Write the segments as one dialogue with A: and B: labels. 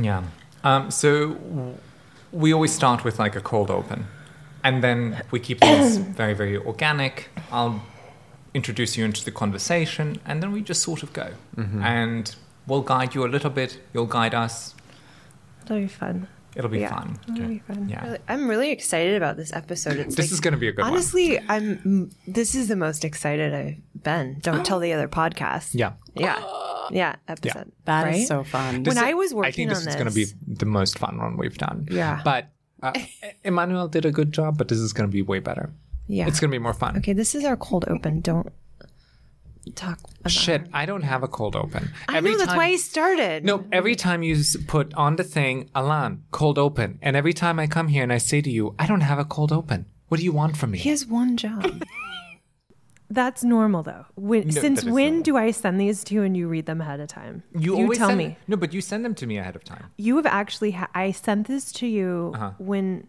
A: Yeah. Um, so w- we always start with like a cold open, and then we keep things very, very organic. I'll introduce you into the conversation, and then we just sort of go. Mm-hmm. And we'll guide you a little bit, you'll guide us.
B: That'll be fun.
A: It'll be
B: Yeah.
A: fun.
B: That'll be fun.
A: Yeah.
C: Really- I'm really excited about this episode. It's
A: This
C: like-
A: is going to be a good one.
C: honestly, I'm. This is the most excited I've been. Don't tell the other podcast.
A: Yeah.
C: yeah, yeah. Episode.
D: That is
C: right?
D: so fun.
C: When
A: This-
C: I was working
A: I think this
C: on
A: is going to be the most fun one we've done.
C: Yeah.
A: But uh, Emmanuel did a good job, but this is going to be way better.
C: Yeah.
A: It's going to be more fun.
C: okay, this is our cold open. Don't talk. About
A: Shit, I don't have a cold open.
C: I know that's why I started.
A: No, every time you s- put on the thing, alarm, cold open, and every time I come here and I say to you, I don't have a cold open. What do you want from me?
C: he has one job.
B: That's normal though. When,
A: No,
B: since
A: that is
B: when
A: normal.
B: do I send these to you and you read them ahead of time? tell
A: send,
B: me.
A: No, but you send them to me ahead of time.
B: You have actually. Ha- I sent this to you
A: Uh-huh.
B: when.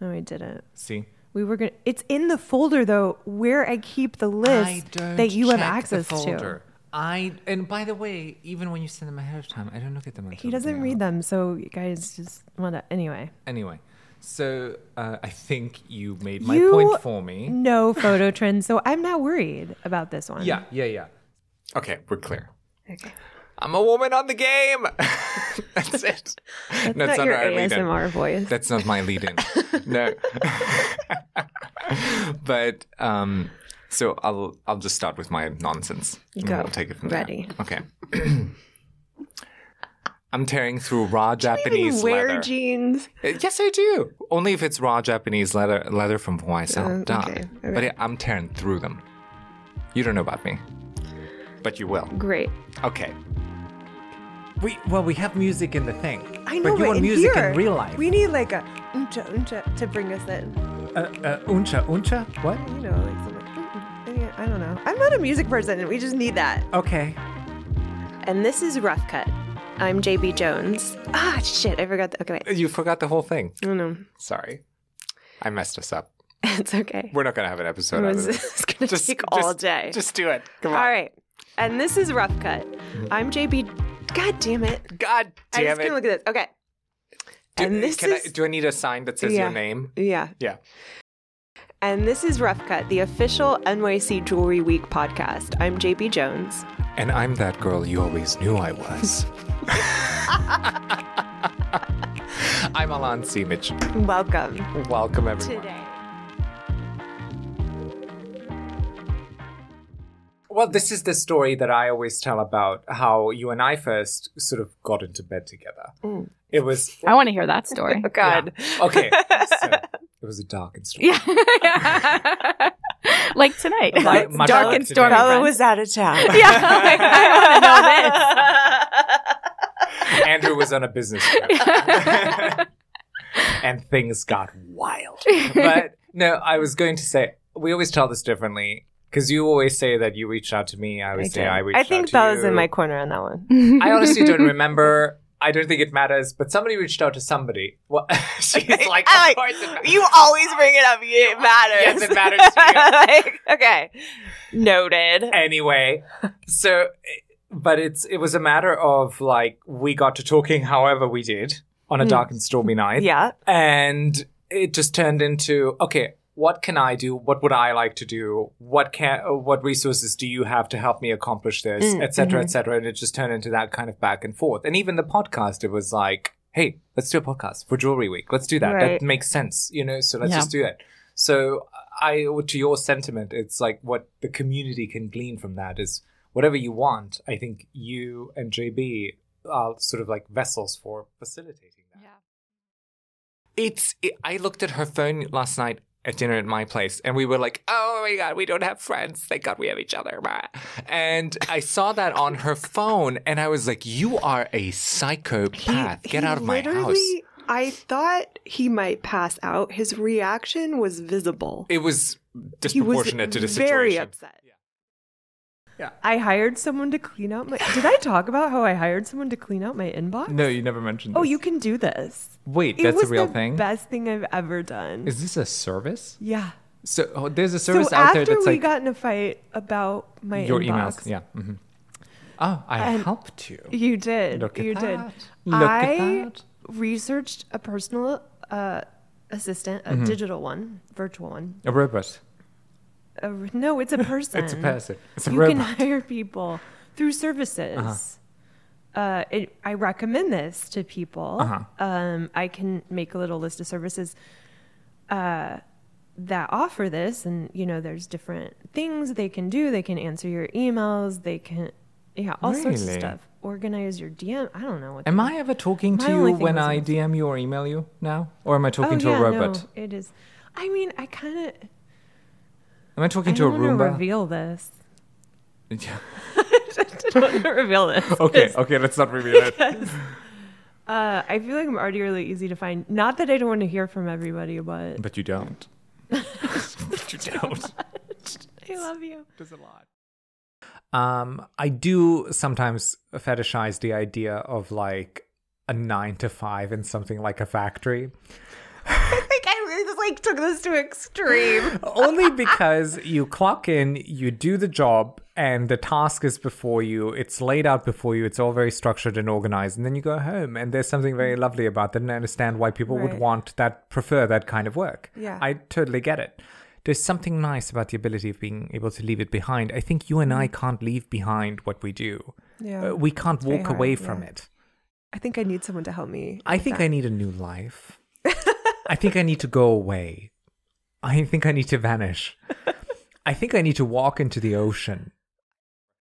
B: No, I didn't.
A: See,
B: We were gonna. It's in the folder though, where I keep the list that you have access to.
A: I and by the way, even when you send them ahead of time, I don't look at them. Until
B: He doesn't read them, so you guys just want to. Anyway,
A: Anyway, so uh, I think you made my
B: you
A: point for me.
B: No photo trends, so I'm not worried about this one.
A: Yeah, yeah, yeah.
E: Okay, we're clear. I'm a woman on the game. That's it. That's
C: Not
E: not
C: your
E: our lead-in.
C: ASMR voice.
E: That's not my lead in. no. but um so I'll I'll just start with my nonsense. and
C: Go.
E: We'll take it from
C: Ready.
E: there. Okay. I'm tearing through raw Japanese
C: wear
E: leather.
C: jeans.
E: Uh, yes, I do. Only if it's raw Japanese leather leather from Huaisao. Duh.
C: Um, okay, all
E: But yeah, I'm tearing through them. You don't know about me, but you will.
C: Great.
E: Okay.
A: We well, we have music in the thing.
C: I know,
A: but you want
C: in
A: music
C: here,
A: in real life.
C: We need like a uncha uncha to bring us in.
A: uh, uh, uncha uncha. What?
C: You know, like something. mm, mm, I don't know. I'm not a music person. We just need that.
A: Okay.
C: And this is Rough Cut. I'm JB Jones. Ah, shit. I forgot. The, okay, wait.
E: You forgot the whole thing.
C: No, no.
E: Sorry. I messed us up.
C: It's okay.
E: We're not going to have an episode out of
C: Otherwise,
E: this.
C: It's going to
E: Just-
C: take
E: just-
C: all day.
E: Just do it. Come
C: all
E: on.
C: right. And this is Rough Cut. I'm JB. God damn it.
E: God
C: I
E: damn
C: just
E: it.
C: can look at this. Okay.
E: do,
C: and this
E: can
C: is
E: I, do I need a sign that says
C: Yeah.
E: your name?
C: yeah.
E: Yeah.
C: And this is Rough Cut, the official NYC Jewelry Week podcast. I'm JB Jones.
E: And I'm that girl you always knew I was. I'm Alan Seemich.
C: Welcome
E: Welcome, everyone.
C: today.
A: Well, this is the story that I always tell about how you and I first sort of got into bed together. It was
D: I want to hear that story.
C: God.
A: okay. so, it was a dark and stormy.
D: yeah. like tonight.
A: Like my
D: Dark
A: dog
D: and
A: today.
D: stormy.
A: Bella
D: friends.
B: out of town.
D: yeah. like, I
A: Andrew was on a business trip, and things got wild. But no, I was going to say we always tell this differently because you always say that you reached out to me. I always say I reached.
C: I
A: out
C: think
A: to
C: Bella's
A: you.
C: in my corner on that one.
D: want to know this.
A: I honestly don't remember. I don't think it matters, but somebody reached out to somebody. Well, she's like,
C: I
A: of course it matters.
C: You always bring it up. It matters.
A: Yes, it matters to
C: like, okay. Noted.
A: anyway. So, but it's it was a matter of like we got to talking, however we did on a
C: Hmm.
A: dark and stormy night.
C: Yeah.
A: and it just turned into okay what can i do what would i like to do what can uh, what resources do you have to help me accomplish this
C: Mm,
A: etc cetera, etc cetera. and it just turned into that kind of back and forth and even the podcast it was like hey let's do a podcast for jewelry week let's do that
C: Right.
A: that makes sense you know so let's
D: Yeah.
A: just do it so i to your sentiment it's like what the community can glean from that is whatever you want i think you and jb are uh, sort of like vessels for facilitating that
E: It's. It, I looked at her phone last night at dinner at my place, and we were like, "Oh my god, we don't have friends. Thank God we have each other." Blah. And I saw that on her phone, and I was like, "You are a psychopath. Get out of my house."
C: I thought he might pass out. His reaction was visible.
E: It was disproportionate to the
C: Very
E: situation.
C: upset.
B: I hired someone to clean out my. Did I talk about how I hired someone to clean out my inbox?
A: No, you never mentioned.
B: Oh,
A: this.
B: you can do this.
A: wait.
B: It
A: That's a
B: was
A: real
B: the
A: thing.
B: Best thing I've ever done.
A: Is this a service?
B: yeah.
A: So oh, there's a
B: So
A: service out there
B: after
A: that's
B: we
A: like
B: got in a fight about my
A: your emails.
B: inbox,
A: Yeah. mhm. Oh, I
C: And-
A: helped you.
C: You did.
A: Look at
C: you did.
A: that. Look at
C: I
A: that.
C: researched a personal uh, assistant,
A: Mm-hmm.
C: a digital one, virtual one.
E: A robot.
C: A r no, it's a person.
E: It's a person. It's a
C: you can
E: robot.
C: hire people through services.
E: Uh-huh.
C: Uh, it, I recommend this to people. Um, I can make a little list of services uh, that offer this, and you know, there's different things they can do. They can answer your emails. They can, yeah, all sorts of
E: Really?
C: stuff. Organize your DM. I don't know what.
E: Am I ever talking
C: My
E: to you
C: only thing
E: when
C: was-
E: I DM you or email you now? Or am I talking
C: oh,
E: to
C: yeah,
E: a robot?
C: No, it is. I mean, I kind of.
E: Am I
C: I
E: talking to
C: don't
E: a
C: want to
E: Roomba?
C: reveal this.
E: Yeah.
C: I don't want to reveal this.
E: okay, okay, let's not reveal it.
C: Uh, I feel like I'm already really easy to find. Not that I don't want to hear from everybody, but
E: But you don't. but you don't.
C: I love you.
E: Does a lot. Um, I do sometimes fetishize the idea of like a nine to five in something like a factory.
F: think I really just like took this to extreme.
E: Only because you clock in, you do the job, and the task is before you. It's laid out before you. It's all very structured and organized. And then you go home, and there's something very lovely about that. And I understand why people
C: Mm-hmm. Right.
E: would want that, prefer that kind of work.
C: Yeah.
E: I totally get it. There's something nice about the ability of being able to leave it behind. I think you and I can't leave behind what we do.
C: Yeah.
E: Uh, we can't
C: Mm-hmm. very
E: walk away
C: hard,
E: from
C: yeah.
E: it.
F: I think I need someone to help me.
E: I think I need a new life. I think I need to go away. I think I need to vanish. I think I need to walk into the ocean.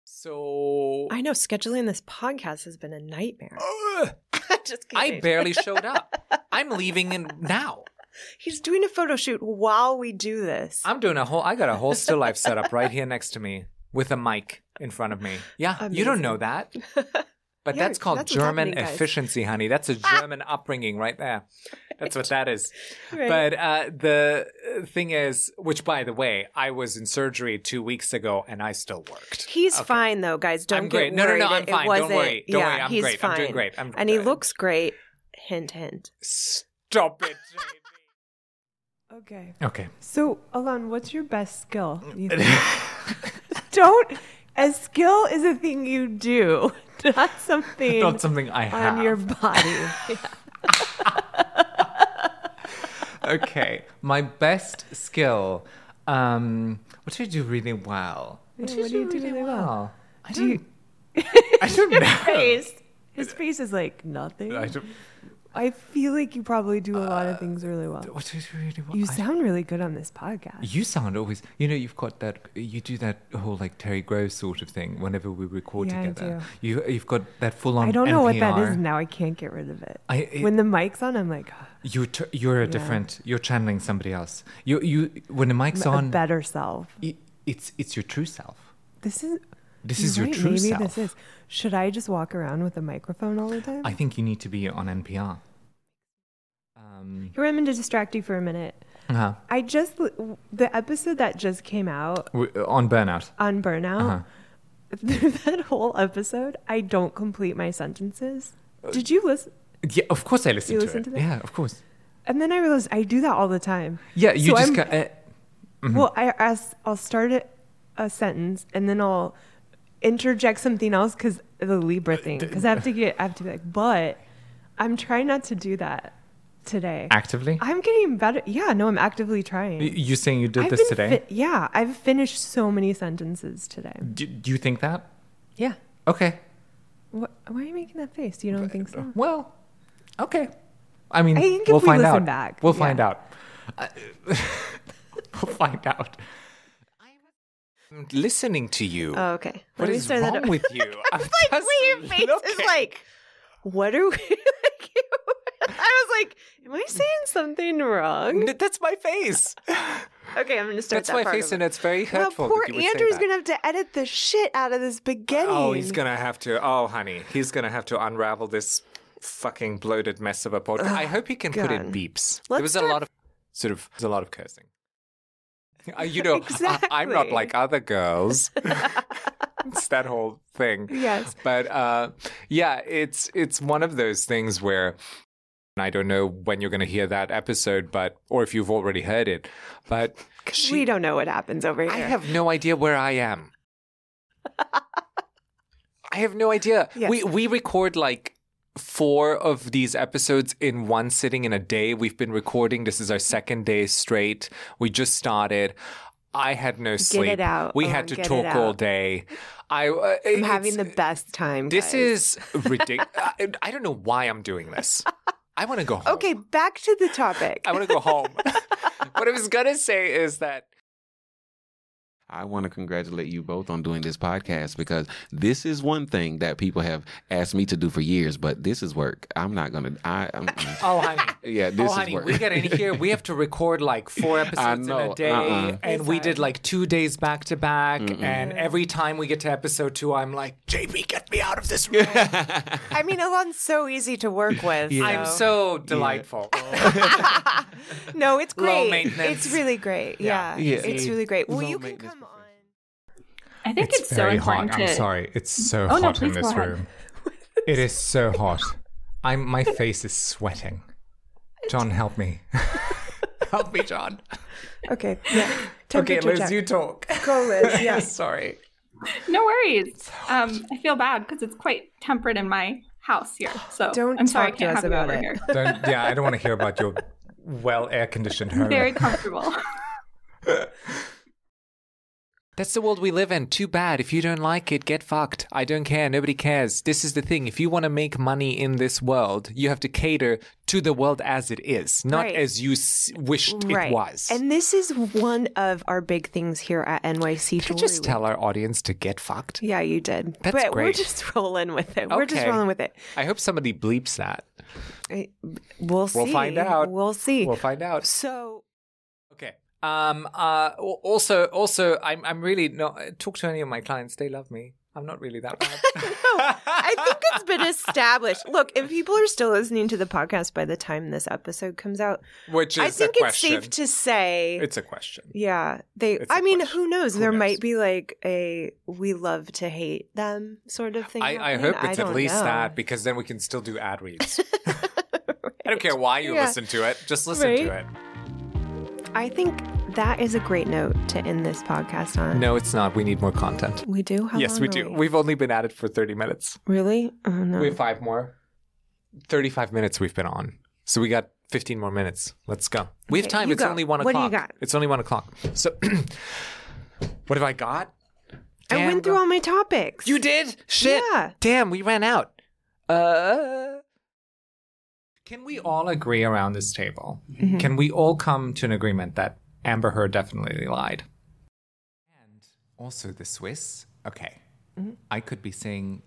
E: So
C: I know scheduling this podcast has been a nightmare. Just
E: Oh, I
C: kidding.
E: barely showed up. I'm leaving in now.
C: He's doing a photo shoot while we do this.
E: I'm doing a whole I got a whole still life set up right here next to me with a mic in front of me. Yeah, you don't know that. But
C: Yeah,
E: that's called
C: that's what's
E: German
C: happening, guys.
E: efficiency, honey. That's a German upbringing right there. That's what that is.
C: Right.
E: But uh, the uh, thing is, which by the way, I was in surgery two weeks ago and I still worked.
C: He's fine though, guys. Don't
E: I'm
C: get
E: great. No, no, no,
C: worried.
E: I'm
C: It
E: fine. Don't
C: wasn't-
E: worry. Don't
C: yeah,
E: worry. I'm
C: he's
E: great.
C: Fine.
E: I'm doing great. I'm-
C: and he
E: uh,
C: looks great. Hint, hint.
E: Stop it.
C: Okay.
E: okay.
C: So, Alon, what's your best skill? you think? Don't. A skill is a thing you do, not something
E: Not something I have.
C: on your body.
A: okay, my best skill. Um, what do you do really well? What do you
C: what
A: do, really, well? I
C: Do you-
A: don't. I don't know.
C: face. His face is like nothing.
A: I
C: I,
A: don't,
C: feel like you probably do a lot of things really well.
A: what do you do really well?
C: You
A: I-
C: sound really good on this podcast.
A: You sound always, you know, you've got that, you do that whole like Terry Groves sort of thing whenever we record
C: Yeah, I
A: together. You, you've got that full on.
C: I don't know what that is now. I can't get rid of it.
A: I- it-
C: when the mic's on, I'm like "Ah,
A: You, t- you're a different. You're channeling somebody else. You, you. When the mic's
C: a
A: on,
C: better self.
A: i it's it's your true self.
C: This is.
A: This
C: you're
A: is your
C: right,
A: true
C: maybe
A: self.
C: this is. Should I just walk around with a microphone all the time?
A: I think you need to be on NPR. Um,
C: Here, I'm going to distract you for a minute.
A: uh-huh.
C: I just the episode that just came out
A: W- uh, on burnout.
C: on burnout. Through that whole episode, I don't complete my sentences. Did you listen?
A: Yeah, of course I listen
C: You
A: to
C: listen
A: it.
C: to that?
A: Yeah, of course.
C: And then I realized I do that all the time.
A: Yeah, you
C: So
A: just.
C: I'm-
A: Ca- uh,
C: Well, I ask, I'll start a, a sentence and then I'll interject something else because the Libra thing. Because I have to get, I have to be like, but I'm trying not to do that today.
A: actively.
C: I'm getting better. Yeah, no, I'm actively trying.
A: Y- you're saying you did
C: I've
A: this
C: been
A: today.
C: fi- yeah, I've finished so many sentences today.
F: Mm.
A: do, do you think that?
C: Yeah.
A: Okay.
C: What, why are you making that face? You don't think so?
A: Well, okay. I mean,
C: I think if
A: we'll
C: we
A: find
C: listen
A: out.
C: back,
A: we'll
C: yeah.
A: find out. I- we'll find out.
E: I'm listening to you.
F: Okay.
E: what
F: Let me
E: is
F: start Oh, that
E: wrong
F: up.
E: with you? I'm
F: like, Leah's face is like, what are we like? I was like, am I saying something wrong?
E: N- That's my face.
C: Mm.
F: Okay, I'm gonna start
E: That's
F: that
E: my
F: part
E: face,
F: over.
E: and it's very
F: Now,
E: hurtful. that
F: poor
E: you would say
F: Andrew's
E: that.
F: gonna have to edit the shit out of this beginning.
E: Oh, he's gonna have to. Oh, honey, he's gonna have to unravel this fucking bloated mess of a podcast. I hope he can put in
F: God.
E: beeps.
F: Let's
E: there was a
F: start-
E: lot of sort of there's a lot of cursing. Uh, you know, I, am not
F: Exactly.
E: like other girls. it's that whole thing.
F: Yes.
E: But uh, yeah, it's it's one of those things where and I don't know when you're going to hear that episode, but or if you've already heard it, but
F: we don't know what happens over here.
E: I have no idea where I am. I I have no idea.
B: Yes.
E: We we record like four of these episodes in one sitting in a day. We've been recording. This is our second day straight. We just started. I had no sleep.
C: it out,
E: We
F: Oh,
C: Owen,
E: had to
C: get it
E: talk all
C: out.
E: day. I uh,
C: I'm having
E: it's-
C: the best time.
E: This
C: guys.
E: is ridiculous. I, I don't know why I'm doing this. I want to go home.
C: okay. Back to the topic.
E: I want to go home. what I was gonna say is that
G: I want to congratulate you both on doing this podcast because this is one thing that people have asked me to do for years, but this is work. I'm not gonna. I I'm, mm.
E: oh honey.
G: yeah, this
E: oh,
G: is
E: honey,
G: work.
E: we get in here. We have to record like four episodes in
G: know,
E: a day,
G: uh-uh.
E: and we did like two days back to back. And every time we get to episode two, I'm like, JP, get me out of this room.
C: I mean, Elon's so easy to work with.
E: I'm so delightful.
C: No, it's
E: Low
C: great.
E: maintenance.
C: It's really great.
E: Yeah.
C: Yeah.
G: Yeah.
C: It's really great. Well,
G: Low
C: you can
G: maintenance
C: come on.
D: I think it's, so
A: very
D: important
A: hot. I'm
D: to-
A: sorry. It's so
D: Oh, no,
A: hot in
D: please
A: this
D: go ahead.
A: room. it is so hot. I'm my face is sweating. John, help me. help me, John.
B: Okay. Yeah.
E: okay,
B: Temperature
E: Liz,
B: check.
E: you talk.
B: Go, Liz. Yeah.
E: Sorry.
D: No worries. Um, I feel bad because it's quite temperate in my house here. So
B: Don't
D: I'm sorry I
B: talk to
D: can't
B: us
D: have you
B: about
D: over
B: it.
D: here.
A: Don't. Yeah, I don't want to hear about your well air conditioned home.
D: Very comfortable.
E: That's the world we live in. Too bad. If you don't like it, get fucked. I don't care. Nobody cares. This is the thing. If you want to make money in this world, you have to cater to the world as it is, not
C: Right.
E: as you s- wished it was.
C: And this is one of our big things here at NYC
E: Did I
C: Jewelry.
E: just
C: Week.
E: tell our audience to get fucked?
C: Yeah, you did.
E: That's
C: but we're
E: great.
C: just rolling with it. We're just
E: Okay.
C: rolling with it.
E: I hope somebody bleeps that.
C: I- We'll see.
E: We'll find out.
C: We'll see.
E: We'll find out.
C: so,
E: Okay. Um. Uh. al- Also. Also. I'm. I'm really not. Talk to any of my clients. They love me. I'm not really that bad.
C: I think it's been established. Look, if people are still listening to the podcast by the time this episode comes out,
E: Which is
C: I think
E: a
C: it's
E: question.
C: safe to say
E: It's a question.
C: Yeah, they.
E: It's
C: I
E: a
C: mean,
E: question.
C: who knows?
E: Who
C: there
E: knows?
C: might be like a "we love to hate them" sort of thing.
E: I, I
C: happening.
E: hope it's at
C: don't
E: least
C: know.
E: that because then we can still do ad reads. I don't care why you
C: Yeah.
E: listen to it. Just listen to
C: Right.
E: it.
C: I think that is a great note to end this podcast on.
E: No, it's not. We need more content.
C: we do. How
E: yes,
C: long
E: we
C: are
E: do. We've only been at it for 30 minutes.
C: really. Oh no.
E: We have five more. 35 minutes we've been on. So we got 15 more minutes. Let's go. We have
C: Okay,
E: time.
C: you
E: It's
C: go.
E: only one
C: What do
E: o'clock.
C: you got?
E: It's only one o'clock. So what have I got?
C: I
E: Damn,
C: went through
E: girl.
C: all my topics.
E: You did? Shit.
C: Yeah.
E: Damn, we ran out. Uh Can we all agree around this table? Can we all come to an agreement that Amber Heard definitely lied?
A: And also the Swiss. Okay. I could be saying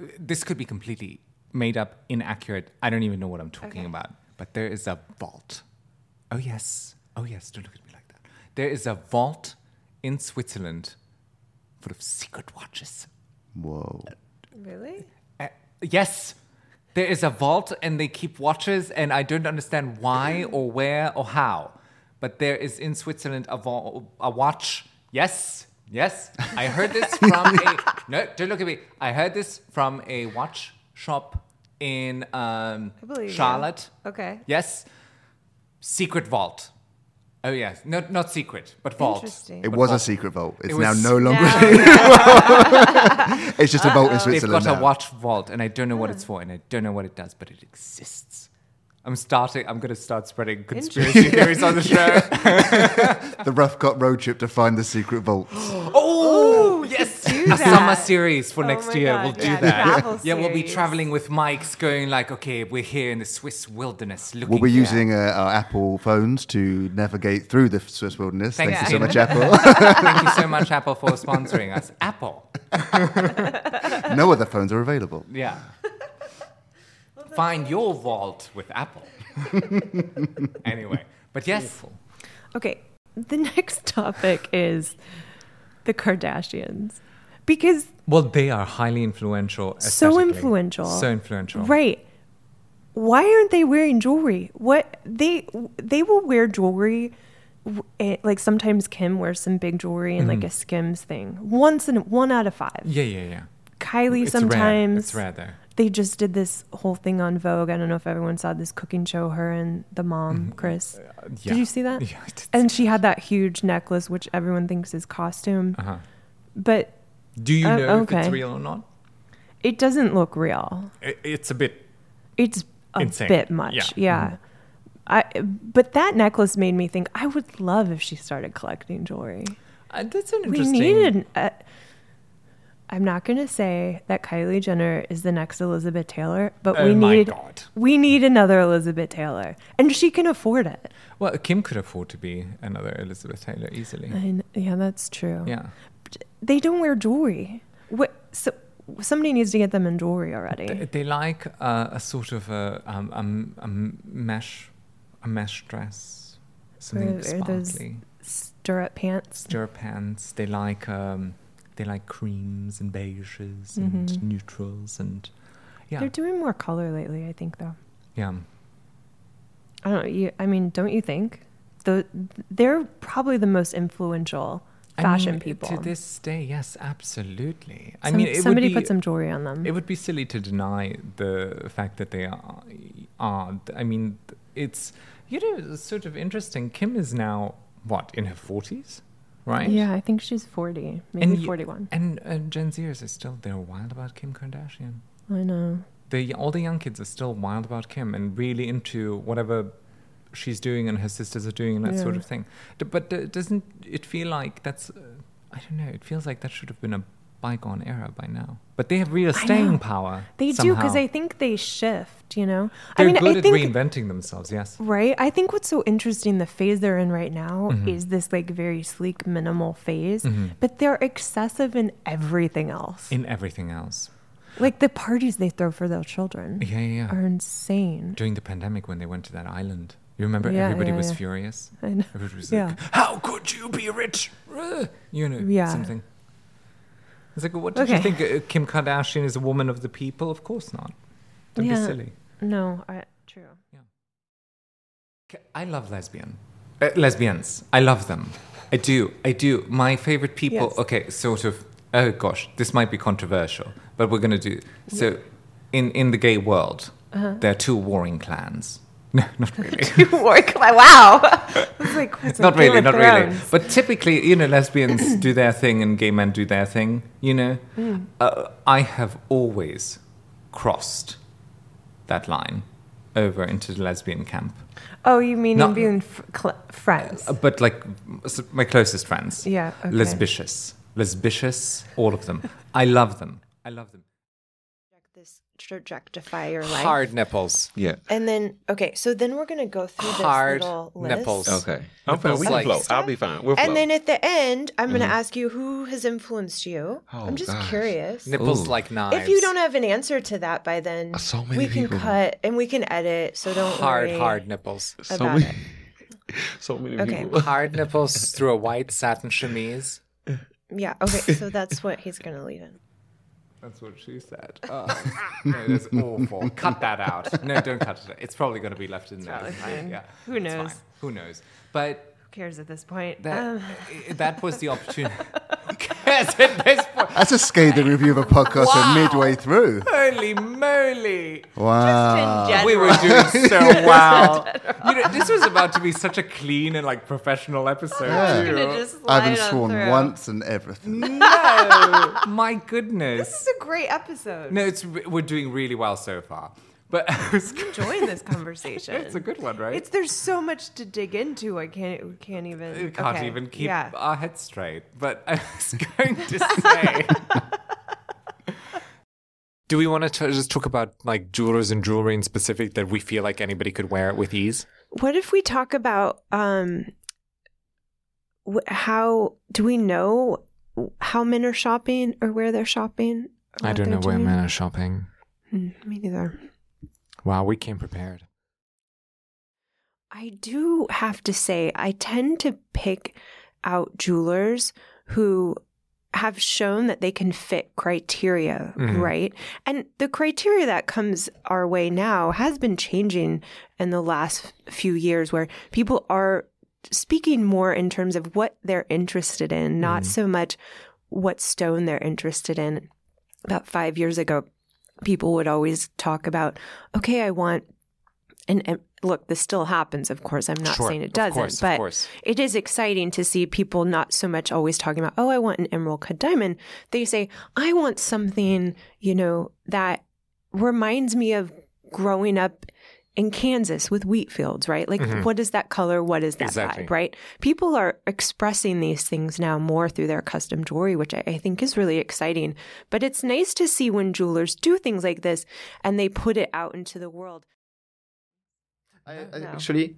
A: uh, this could be completely made up, inaccurate. I don't even know what I'm talking about. But there is a vault. Oh, yes. Oh, yes. Don't look at me like that. There is a vault in Switzerland full of secret watches.
B: Eh, Really?
A: Uh, yes. There is a vault and they keep watches, and I don't understand why or where or how. But there is in Switzerland a, vault, a watch. Yes. Yes. I heard this from a. No, don't look at me. I heard this from a watch shop in um,
B: believe you.
A: Charlotte.
B: Okay.
A: Yes. Secret vault. Oh, yes. No, not secret, but vault.
B: Interesting.
H: It was a secret vault. It's
A: It
H: now
A: was-
H: no longer. it's just a vault in
A: They've
H: Switzerland.
A: got a
H: now.
A: watch vault, and I don't know what
B: Hmm.
A: it's for, and I don't know what it does, but it exists. I'm starting. I'm going to start spreading conspiracy theories on the show.
H: The rough got road trip to find the secret vault.
A: Oh yes,
B: do
A: a summer
B: that.
A: series for
B: Oh
A: next
B: my
A: year.
B: God,
A: We'll do
B: yeah, travel
A: that. Yeah, we'll be
B: series.
A: traveling with mics, going like, okay, we're here in the Swiss wilderness. Looking
H: We'll be
A: for-
H: using uh, our Apple phones to navigate through the Swiss wilderness.
A: Thank
H: Thank,
A: you.
H: you so much, Apple.
A: Thank you so much, Apple, for sponsoring us. Apple.
H: no other phones are available.
A: Yeah. Find your vault with Apple. anyway, but yes.
B: Okay. The next topic is the Kardashians. Because
A: Well, they are highly influential.
B: so
A: aesthetically.
B: influential.
A: So influential.
B: Right. Why aren't they wearing jewelry? What they they will wear jewelry w- eh, like sometimes Kim wears some big jewelry and like
A: Mm-hmm.
B: a Skims thing. Once in one out of 5.
A: Yeah, yeah, yeah.
B: Kylie
A: It's rare.
B: sometimes
A: It's rare though.
B: they just did this whole thing on Vogue. I don't know if everyone saw this cooking show, her and the mom, Chris.
A: Mm-hmm. Uh, yeah.
B: Did you see that?
A: Yeah, I did
B: And she had that huge necklace,
A: Uh-huh.
B: which everyone thinks is costume. But
A: Do you
B: Oh,
A: know if
B: okay.
A: it's real or not?
B: it doesn't look real.
A: I- It's a bit.
B: It's a
A: Insane.
B: bit much.
A: Yeah. Mm-hmm.
B: Yeah. I, but that necklace made me think I would love if she started collecting jewelry.
A: Uh, that's an
B: We
A: interesting.
B: needed. A, I'm not going to say that Kylie Jenner is the next Elizabeth Taylor, but
A: Oh
B: we
A: my
B: need
A: God.
B: we need another Elizabeth Taylor, and she can afford it.
A: Well, Kim could afford to be another Elizabeth Taylor easily.
B: And yeah, that's true.
A: Yeah.
B: they don't wear jewelry. What? So somebody needs to get them in jewelry already.
A: They, they like uh, a sort of a, um, um, a m- mesh, a mesh dress, something
B: Or- or those-
A: sparkly,
B: Stirrup pants.
A: stir pants. They like um, they like creams and beiges and
B: Mm-hmm.
A: neutrals and yeah,
B: They're doing more color lately, I think, though.
A: yeah.
B: I don't. You, I mean, don't you think? The they're probably the most influential
A: I
B: fashion
A: mean,
B: people.
A: to this day. Yes, absolutely. I
B: Some-
A: mean, it
B: somebody
A: would be,
B: put some jewelry on them.
A: It would be silly to deny the fact that they are. are I mean, it's you know it's sort of interesting. Kim is now what in her forties, right?
B: Yeah, I think she's forty, maybe
A: y-
B: forty-one.
A: And uh, Gen Zers are still they're wild about Kim Kardashian.
B: I know.
A: The all the young kids are still wild about Kim and really into whatever she's doing and her sisters are doing and that sort
B: Yeah.
A: of thing. D- But uh, doesn't it feel like that's uh, I don't know. It feels like that should have been a bygone era by now. But they have real staying power.
B: They do
A: somehow.
B: because I think they shift. You know.
A: They're
B: I mean,
A: good
B: I
A: at
B: think
A: reinventing themselves. Yes.
B: Right. I think what's so interesting, the phase they're in right now
A: Mm-hmm.
B: is this like very sleek, minimal phase, but they're excessive in everything else.
A: In everything else.
B: like the parties they throw for their children
A: Yeah, yeah, yeah.
B: are insane.
A: During the pandemic, when they went to that island, you remember
B: Yeah,
A: everybody
B: yeah,
A: was
B: yeah.
A: furious.
B: I know.
A: Everybody was
B: Yeah.
A: like, "How could you be rich?" Uh, You know,
B: Yeah.
A: something. It's like, what did you
B: Okay.
A: think? Uh, Kim Kardashian is a woman of the people? Of course not. Don't be
B: Yeah.
A: silly.
B: No, I, true.
A: K- I love lesbian. Uh, lesbians. I love them. I do. I do. My favorite people.
B: Yes.
A: Okay, sort of. Oh gosh, this might be controversial, but we're gonna do. So, in in the gay world,
B: Uh-huh.
A: there are two warring clans. No, not really.
B: Work like wow. It's like what's
A: not
B: a Game
A: really,
B: of
A: not really.
B: Thrones?
A: But typically, you know, lesbians do their thing and gay men do their thing. You know,
C: Mm.
A: uh, I have always crossed that line over into the lesbian camp,
B: Oh, you mean
A: Not-
B: being f- cl- friends?
A: Uh, but like s- my closest friends,
B: Yeah, okay.
A: lesbicious, lesbicious, all of them. I love them. I love them.
C: This trajectify your life.
E: Hard nipples.
G: Yeah.
C: And then okay, so then we're gonna go through this
E: Hard
C: little list.
E: nipples.
G: Okay. I'm
E: Nipples
G: fine. We can
E: like-
G: flow. I'll be fine. We'll flow.
C: And then at the end, I'm gonna ask you who has influenced you.
G: Mm-hmm. Oh,
C: I'm just
G: gosh.
C: curious.
E: Nipples
G: Ooh.
E: like knives.
C: If you don't have an answer to that by then,
G: Uh, So many
C: we can
G: people.
C: cut and we can edit. So don't
E: hard,
C: worry.
E: hard nipples.
G: so
C: about
G: many, so many
C: Okay.
G: people.
E: Hard nipples through a white satin chemise.
C: Yeah. Okay. So that's what he's gonna lead in.
A: That's what she said. Um, no, that's awful. cut that out. No, don't cut it. It's probably going to be left in there.
B: probably fine.
A: Yeah.
B: Who
A: It's
B: knows?
A: fine. Who knows? But
B: Who cares at this point?
A: That
B: Um,
A: i- that was the opportunity. yes, at this point.
H: That's a scathing review of a podcast
A: Wow.
H: we're midway through.
A: Holy moly!
H: Wow.
A: We were doing so well. You know, this was about to be such a clean and like professional episode.
H: Yeah.
A: too.
B: gonna just
H: I haven't
B: slide on
H: sworn
B: through.
H: once and everything.
A: No, my goodness.
B: This is a great episode.
A: No, it's re- we're doing really well so far. But I was
B: Join this conversation.
A: it's a good one, right?
B: It's there's so much to dig into. I can't we can't even
A: we can't
B: okay,
A: even keep
B: yeah.
A: our heads straight. But I was going to say.
E: Do we want to t- just talk about like jewelers and jewelry in specific that we feel like anybody could wear it with ease?
C: What if we talk about um wh- how do we know how men are shopping or where they're shopping? or
E: I
C: what
E: don't
C: they're
E: know where
C: doing?
E: men are shopping.
C: Hmm, me neither.
E: Wow, we came prepared.
C: I do have to say, I tend to pick out jewelers who have shown that they can fit criteria,
E: Mhm.
C: right? And the criteria that comes our way now has been changing in the last few years where people are speaking more in terms of what they're interested in, not
A: Mm.
C: so much what stone they're interested in. About five years ago, people would always talk about, okay, I want and, and look, this still happens, of course. I'm not
E: Sure.
C: saying it
E: Of
C: doesn't,
E: course, of
C: but
E: course.
C: it is exciting to see people not so much always talking about, oh, I want an emerald cut diamond. They say, I want something, you know, that reminds me of growing up in Kansas with wheat fields, right? Like, what is that color? What is that
E: Exactly.
C: vibe, right? People are expressing these things now more through their custom jewelry, which I, I think is really exciting. But it's nice to see when jewelers do things like this and they put it out into the world. Oh,
I: I, I
C: No.
I: actually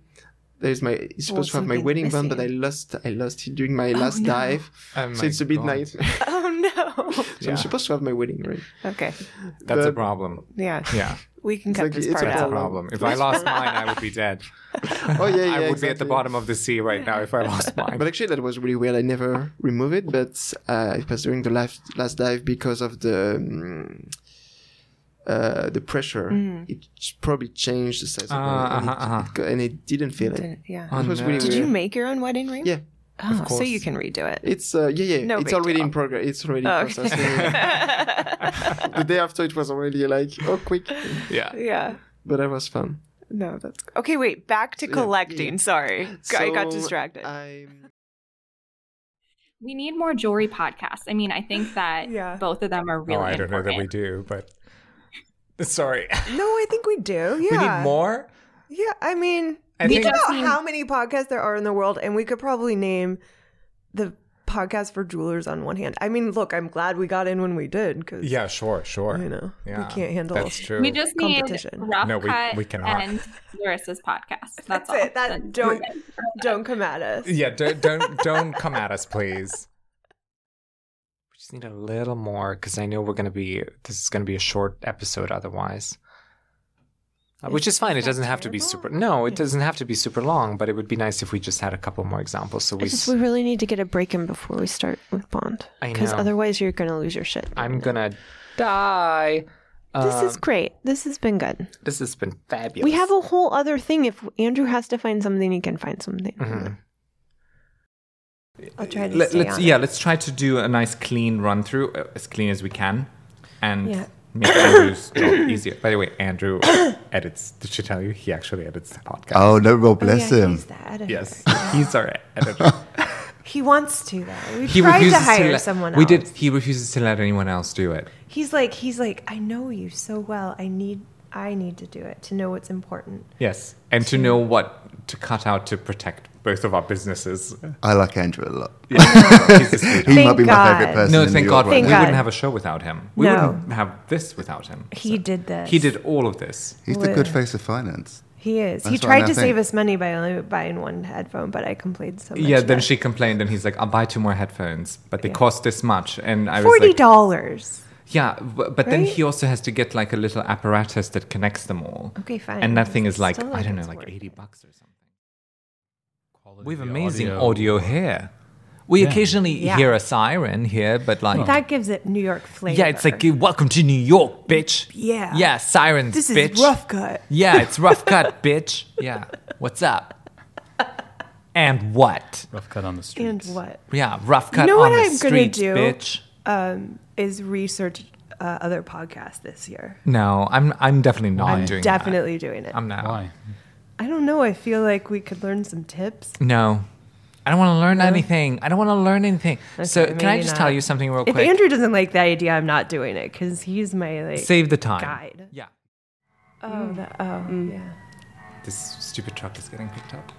I: there's my it's
C: Well,
I: supposed to have my
C: something's
I: wedding band, but I
C: missing.
I: lost I lost it during my last dive,
A: Oh
I: so
A: my
I: it's a bit
A: God.
I: nice. so
C: Oh, no.
A: Yeah.
I: I'm supposed to have my wedding right.
C: Okay.
A: That's a
I: But-
A: problem.
C: Yeah.
A: Yeah,
C: We can cut
I: Exactly.
C: this
I: It's
C: part
A: that's a
I: Well-
C: out.
A: problem. If I lost mine, I would be dead.
I: Oh yeah, yeah.
A: I would be at the
I: exactly.
A: bottom of the sea right now if I lost mine.
I: But actually, that was really weird. I never removed it, but uh, it was during the last last dive because of the um, uh, the pressure.
C: Mm.
I: It probably changed the size of
A: Ah,
I: it, and,
A: uh-huh,
I: it-
A: uh-huh.
I: it go- and it didn't feel it.
C: Yeah.
A: Oh,
I: It was
A: no.
I: really
C: Did you
I: weird.
C: make your own wedding ring?
I: Yeah,
C: Oh, so
A: course.
C: you can redo it.
I: it's uh, yeah, yeah.
C: No
I: it's
C: big
I: already in
C: deal.
I: progress. It's already
C: Oh, okay.
I: processing. the day after, it was already like oh quick,
A: yeah.
C: Yeah.
I: but that was fun.
C: No, that's okay. Wait, back to
I: Yeah, yeah.
C: collecting. Sorry, G- I got
I: So,
C: distracted.
I: I'm-
D: We need more jewelry podcasts. I mean, I think that
B: Yeah.
D: both of them are really
A: oh, I don't know
D: important.
A: that we do, but sorry.
B: No, I think we do. Yeah.
A: We need more.
B: Yeah, I mean,
A: I
B: we
A: think-
B: don't
D: Just
B: know
D: need-
B: how many podcasts there are in the world, and we could probably name the podcast for jewelers on one hand. I mean, look, I'm glad we got in when we did because
A: Yeah, sure, sure.
B: you know, we
A: Yeah,
B: can't handle
A: That's true.
D: We just need
B: Competition.
D: rough
A: No, we-
D: cut
A: we cannot.
D: and Larissa's podcast. That's,
B: That's
D: all.
B: it. That-
D: Then
B: don't-
D: we're good.
B: Don't come at us.
A: Yeah, don't don't don't come at us, please.
E: We just need a little more because I know we're going to be, this is going to be a short episode otherwise. Uh, which is fine. It
B: that
E: doesn't have to be
B: terrible?
E: super. No, it doesn't have to be super long. But it would be nice if we just had a couple more examples. So we.
C: It's just
E: s-
C: we really need to get a break in before we start with Bond,
E: I
C: because
E: know.
C: otherwise you're gonna lose your shit.
E: I'm gonna die.
C: This
E: Um,
C: is great. This has been good.
E: This has been fabulous.
C: We have a whole other thing. If Andrew has to find something, he can find something.
E: Mhm.
B: I'll try to
A: Let,
B: stay
A: us
B: on.
A: yeah, let's try to do a nice clean run through, uh, as clean as we can, and
B: Yeah.
A: make Andrew's job easier. By the way, Andrew edits. Did she tell you he actually edits the podcast?
H: Oh no, well, bless
B: Oh, yeah,
H: him.
B: he's the editor.
A: Yes, he's our editor.
B: He wants to though. We tried to hire
A: let,
B: someone else.
A: We did. He refuses to let anyone else do it.
B: He's like he's like I know you so well. I need I need to do it to know what's important.
A: Yes, and to know what to cut out to protect both of our businesses.
H: I like Andrew a lot.
A: He's a sweetheart.
H: He
B: Thank
H: might be my
B: God.
H: favorite person.
A: no,
H: in
A: thank
H: the
A: God.
H: org
B: Thank
A: we
H: right now.
B: God.
A: wouldn't have a show without him. We
B: No.
A: wouldn't have this without him.
B: He did this.
A: He did all of this.
H: He's the good face of finance.
B: He is.
H: That's
B: he
H: what I
B: tried
H: now
B: to
H: think.
B: save us money by only buying one headphone, but I complained so much.
A: Yeah, then
B: about
A: she complained, and he's like, "I'll buy two more headphones, but they
B: Yeah.
A: cost this much." And I was
B: it. forty
A: like,
B: dollars.
A: "Yeah," but, but then
B: Right?
A: he also has to get like a little apparatus that connects them all.
B: Okay, fine.
A: And that thing is like
B: Still,
A: I
B: like,
A: don't know,
B: it's
A: like
B: worth
A: eighty
B: it.
A: bucks or something. We have amazing audio, here. We
J: Yeah.
A: occasionally
B: Yeah.
A: hear a siren here, but like,
B: That gives it New York flavor.
A: yeah, it's like "Welcome to New York, bitch."
B: Yeah.
A: yeah, sirens,
B: this
A: bitch.
B: is rough cut.
A: Yeah, it's rough cut, bitch. Yeah, what's up? And what?
J: Rough cut on the street.
B: And what
A: Yeah, rough cut
B: know
A: on
B: what
A: the
B: I'm gonna
A: streets,
B: do?
A: bitch.
B: um, is research uh, other podcasts this year?
A: No, I'm I'm definitely not
B: I'm
A: doing
B: definitely doing it.
A: that. I'm not.
J: Why?
B: I don't know. I feel like we could learn some tips.
A: No. I don't want to learn anything. I don't want to learn anything. so
B: Okay,
A: can I
B: maybe
A: just
B: not.
A: tell you something real
B: If
A: quick?
B: Andrew doesn't like the idea, I'm not doing it because he's my like
A: Save the time.
B: guide.
A: Yeah.
B: Oh, the, oh, yeah.
A: This stupid truck is getting picked up.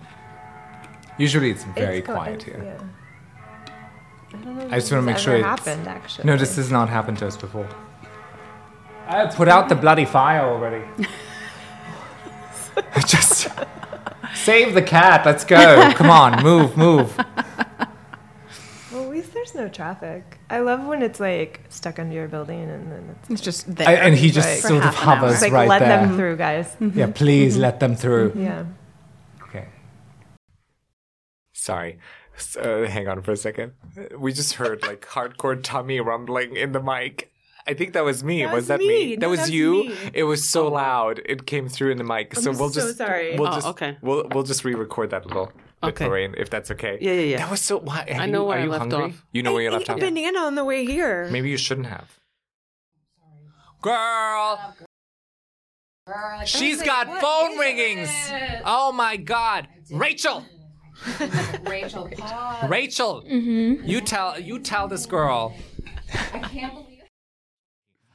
A: Usually it's very
B: It's go-
A: quiet
B: it's-
A: here.
B: yeah. I don't know. if
A: I just
B: this
A: wanna
B: has
A: make sure
B: ever
A: it's-
B: happened actually.
A: No, this has not happened to us before. I put out the bloody fire already. just save the cat. Let's go. Come on, move, move.
B: Well, at least there's no traffic. I love when it's like stuck under your building and then it's
C: It's just there.
A: I- and he just
B: Right.
A: sort of
C: half an hour.
A: hovers
B: It's like
A: right
B: let
A: there. Mm-hmm.
B: them through, guys.
A: Yeah,
K: Mm-hmm.
A: please let them through.
B: Yeah.
A: Okay.
E: Sorry. S- uh, hang on for a second. Uh, We just heard like hardcore tummy rumbling in the mic. I think that was me.
B: That
E: was,
B: was
E: that me?
B: me.
E: That
B: No,
E: was
B: that was
E: you.
B: me.
E: It was so loud. It came through in the mic. so
B: I'm
E: we'll
B: so
E: just
B: sorry.
E: we'll
K: Oh,
E: just
K: okay.
E: we'll we'll just re-record that a little bit,
K: Okay.
E: Lorraine, if that's okay.
K: Yeah, yeah, yeah.
E: That was so. Why, have
K: I know
E: you,
K: where
E: are
K: I
E: you
K: left
E: hungry?
K: off.
E: You know where you
C: I
E: left
C: ate a
E: off.
C: banana on the way here.
E: Maybe you shouldn't have. Girl. She's got phone ringings. Oh my God, Rachel,
J: Rachel Pod.
E: Rachel,
B: Mm-hmm.
E: you tell you tell this girl.
J: I can't believe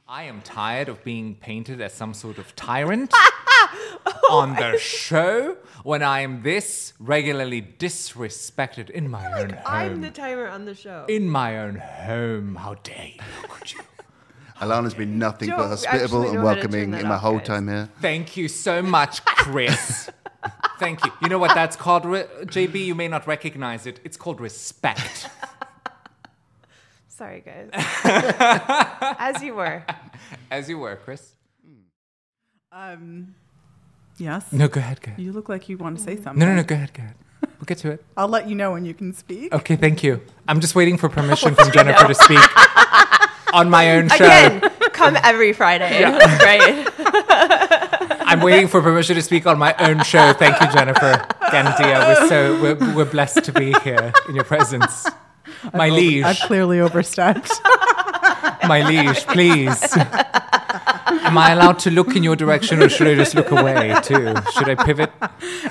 A: I am tired of being painted as some sort of tyrant
B: Oh
A: on the show when I am this regularly disrespected in my own home.
B: I'm the timer on the show.
A: in my own home. How dare you? How could you?
H: Alana's been nothing
B: Don't
H: but hospitable
B: actually
H: and
B: know how to turn
H: welcoming
B: that
H: in my
B: off,
H: whole
B: guys.
H: time here.
A: Thank you so much, Chris. Thank you. You know what that's called, Re- JB? You may not recognize it. It's called respect.
B: Sorry, guys. As you were.
A: As you were, Chris.
K: Um, yes.
A: No, go ahead, go ahead.
K: You look like you want to
B: Mm.
K: say something.
A: No, no, no, go ahead, go ahead. We'll get to it.
K: I'll let you know when you can speak.
A: Okay, thank you. I'm just waiting for permission from Jennifer to speak on my own show.
B: Again, come every Friday. Right.
A: I'm waiting for permission to speak on my own show. Thank you, Jennifer. Gandia, we're so we're, we're blessed to be here in your presence. My liege,
K: I've clearly overstepped.
A: my liege, please. Am I allowed to look in your direction, or should I just look away too? Should I pivot?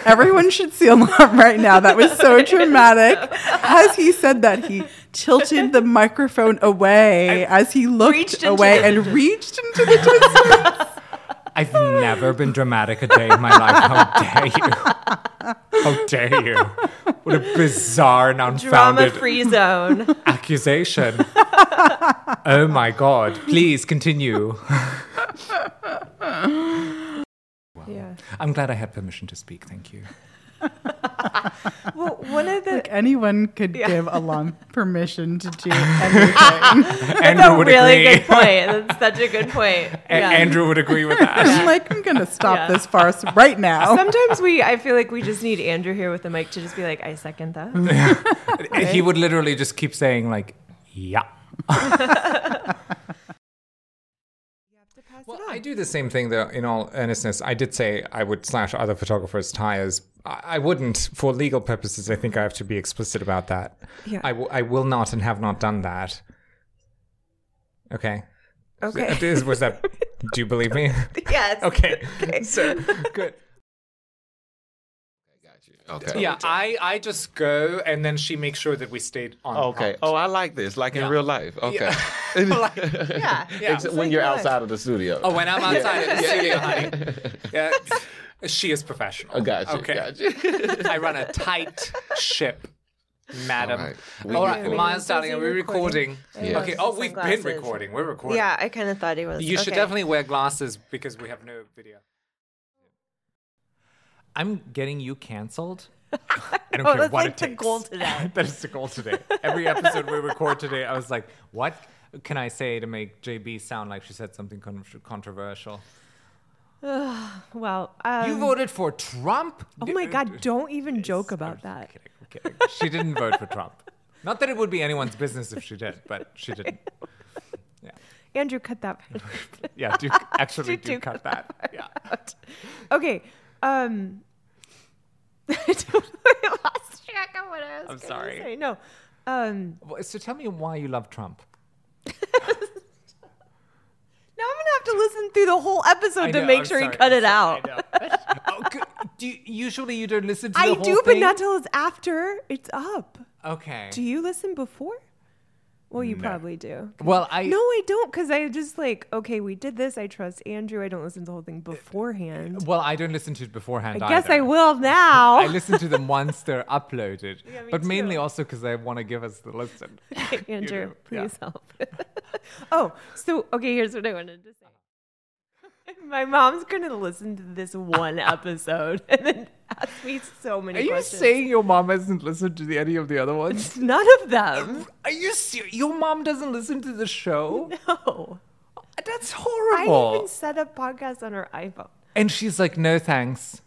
K: Everyone should see alarm right now. That was so dramatic. As he said that, he tilted the microphone away as he
B: reached
K: looked
B: into
K: away
B: the
K: and reached into the distance.
A: I've never been dramatic a day in my life. How dare you? How dare you? What a bizarre and
B: Drama
A: unfounded
B: free zone.
A: accusation. oh my god! Please continue.
B: yeah.
A: I'm glad I had permission to speak. Thank you.
B: Well, one of the
K: Like anyone could
B: Yeah.
K: give alarm permission to do anything.
B: that's a
A: Andrew would
B: really
A: agree.
B: good point. That's such a good point.
A: A-
B: Yeah.
A: Andrew would agree with that.
K: I'm like, I'm gonna stop
B: Yeah.
K: this farce right now.
B: Sometimes we, I feel like we just need Andrew here with the mic to just be like, I second that.
A: He would literally just keep saying like, "Yeah." Well, I do the same thing though. In all earnestness, I did say I would slash other photographers' tires. I I wouldn't for legal purposes. I think I have to be explicit about that.
B: Yeah.
A: I, w- I will not and have not done that. Okay. uh,
B: Okay.
A: Is- Was that? do you believe me?
B: Yes.
A: Okay. So good.
G: Okay.
A: Yeah, I I just go and then she makes sure that we stayed on.
G: Okay.
A: prompt.
G: Oh, I like this. Like in real life. Okay.
B: Yeah.
G: Except when you're outside of the studio.
A: Oh, when I'm outside of the studio, honey. Yeah. She is professional.
G: I got you.
A: Okay.
G: Got you.
A: I run a tight ship, madam.
G: All
A: All
G: right.
A: right,
G: We-
B: we-
A: Miles, darling,
B: Is
A: are
B: he
A: we recording?
B: recording?
G: Yeah.
A: Okay.
B: Yeah.
A: Oh, we've been
B: Sunglasses.
A: recording. We're recording.
B: Yeah, I kind of thought he was.
A: You should
B: Okay.
A: definitely wear glasses because we have no video. I'm getting you canceled. I don't
B: Oh,
A: care
B: that's
A: what
B: like
A: it
B: the
A: takes.
B: goal today.
A: that is the goal today. Every episode we record today, I was like, what can I say to make JB sound like she said something con- controversial?
B: Well, um,
A: you voted for Trump?
B: oh my God, don't even joke about that.
A: Kidding, I'm kidding. She didn't vote for Trump. Not that it would be anyone's business if she did, but she didn't.
B: Andrew, cut that.
A: Yeah, do, actually,
B: Did
A: do
B: you
A: cut that. Yeah.
B: okay. Um, I totally lost track of what I was
A: I'm
B: gonna
A: sorry.
B: say. No. Um,
A: Well, So tell me why you love Trump.
B: now I'm going to have to listen through the whole
A: I
B: episode to
A: know,
B: make
A: I'm
B: sure
A: sorry,
B: he cut
A: I'm
B: it out.
A: sorry, I know. oh, c- do you, usually you don't listen to
B: I
A: the whole
B: do, but
A: thing?
B: not till it's after it's up.
A: Okay.
B: Do you listen before? Well, you probably do.
A: well, I
B: no, I don't, because I just like, okay, we did this. I trust Andrew. I don't listen to the whole thing beforehand.
A: well, I don't listen to it beforehand.
B: I guess I
A: either.
B: will now.
A: I listen to them once they're uploaded,
B: me
A: but mainly
B: too.
A: also because I want to give us the listen.
B: Okay, Andrew,
A: know, yeah.
B: please help. oh, so okay, here's what I wanted to say. My mom's gonna listen to this one episode and then ask me so many
A: Are you
B: questions.
A: saying your mom hasn't listened to the, any of the other ones?
B: None of them.
A: Are you serious? Your mom doesn't listen to the show?
B: No.
A: That's
B: I
A: horrible.
B: even set up podcasts on her iPhone.
A: And she's like, no thanks.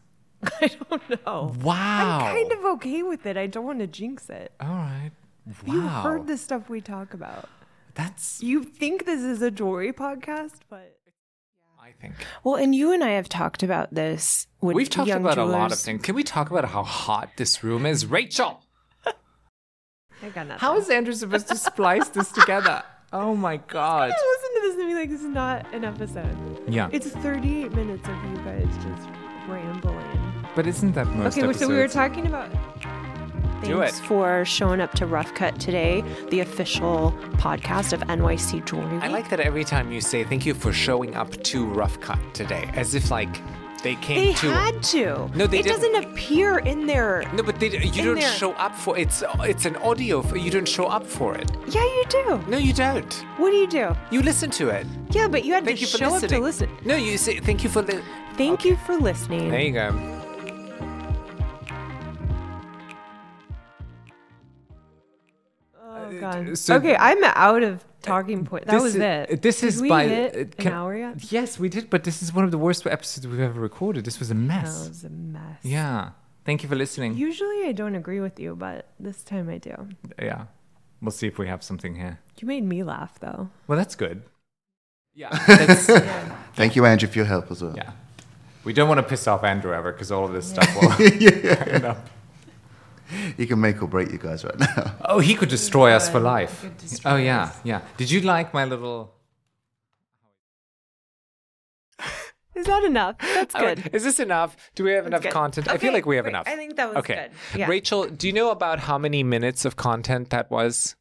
B: I don't know.
A: Wow.
B: I'm kind of okay with it. I don't want to jinx it.
A: All right. Wow.
B: You heard the stuff we talk about.
A: That's.
B: You think this is a jewelry podcast, but
A: I think
C: Well, and you and I have talked about this. With
E: We've talked
C: young
E: about a lot of
C: jewelers.
E: things. Can we talk about how hot this room is, Rachel?
B: I got nothing.
A: How is Andrew supposed to splice this together? Oh my god.
B: I listen to this and be like, like it's not an episode.
A: Yeah.
B: It's 38 minutes of you guys just rambling.
A: But isn't that most
B: okay, well, so we were
A: episodes?
B: talking about.
A: Do
C: Thanks
A: it.
C: for showing up to Rough Cut today, the official podcast of NYC Jewelry.
E: I like that every time you say thank you for showing up to Rough Cut today, as if like they came
C: They
E: to.
C: had to.
E: No, they
C: it
E: didn't.
C: doesn't appear in their.
E: No, but they, you
C: in
E: don't
C: their-
E: show up for it's. It's an audio. For, you don't show up for it.
C: Yeah, you do.
E: No, you don't.
C: What do you do?
E: You listen to it.
C: Yeah, but you had
E: Thank
C: to
E: you for
C: show up to
E: listening.
C: listen.
E: No, you say thank you for. Li-
C: Thank you for listening.
E: there you go.
B: Oh, God.
A: Uh, so-
B: okay, I'm out of talking point. That
A: This
B: was
A: is-
B: it.
A: This
B: Did
A: is
B: we
A: by
B: hit
A: uh,
B: an
A: can-
B: hour yet?
A: Yes, we did, but this is one of the worst episodes we've ever recorded. This was a mess.
B: That was a mess.
A: Yeah. Thank you for listening.
B: Usually I don't agree with you, but this time I do.
A: yeah. We'll see if we have something here.
B: You made me laugh, though.
A: Well, that's good. Yeah. That's,
H: Thank you, Andrew, for your help as well.
A: yeah. We don't want to piss off Andrew ever because all of this stuff will end up.
H: You can make or break you guys right now.
A: Oh, he could destroy us for
B: could. He
A: life.
B: could destroy
A: Oh, yeah. Yeah. Did you like my little.
B: Is that enough? That's
E: All right,
B: good.
E: Is this enough? Do we have enough
B: good.
E: content? I feel
B: Okay,
E: like we have
B: great.
E: enough.
B: I think that was
E: okay.
B: good. Yeah.
E: Rachel, do you know about how many minutes of content that was?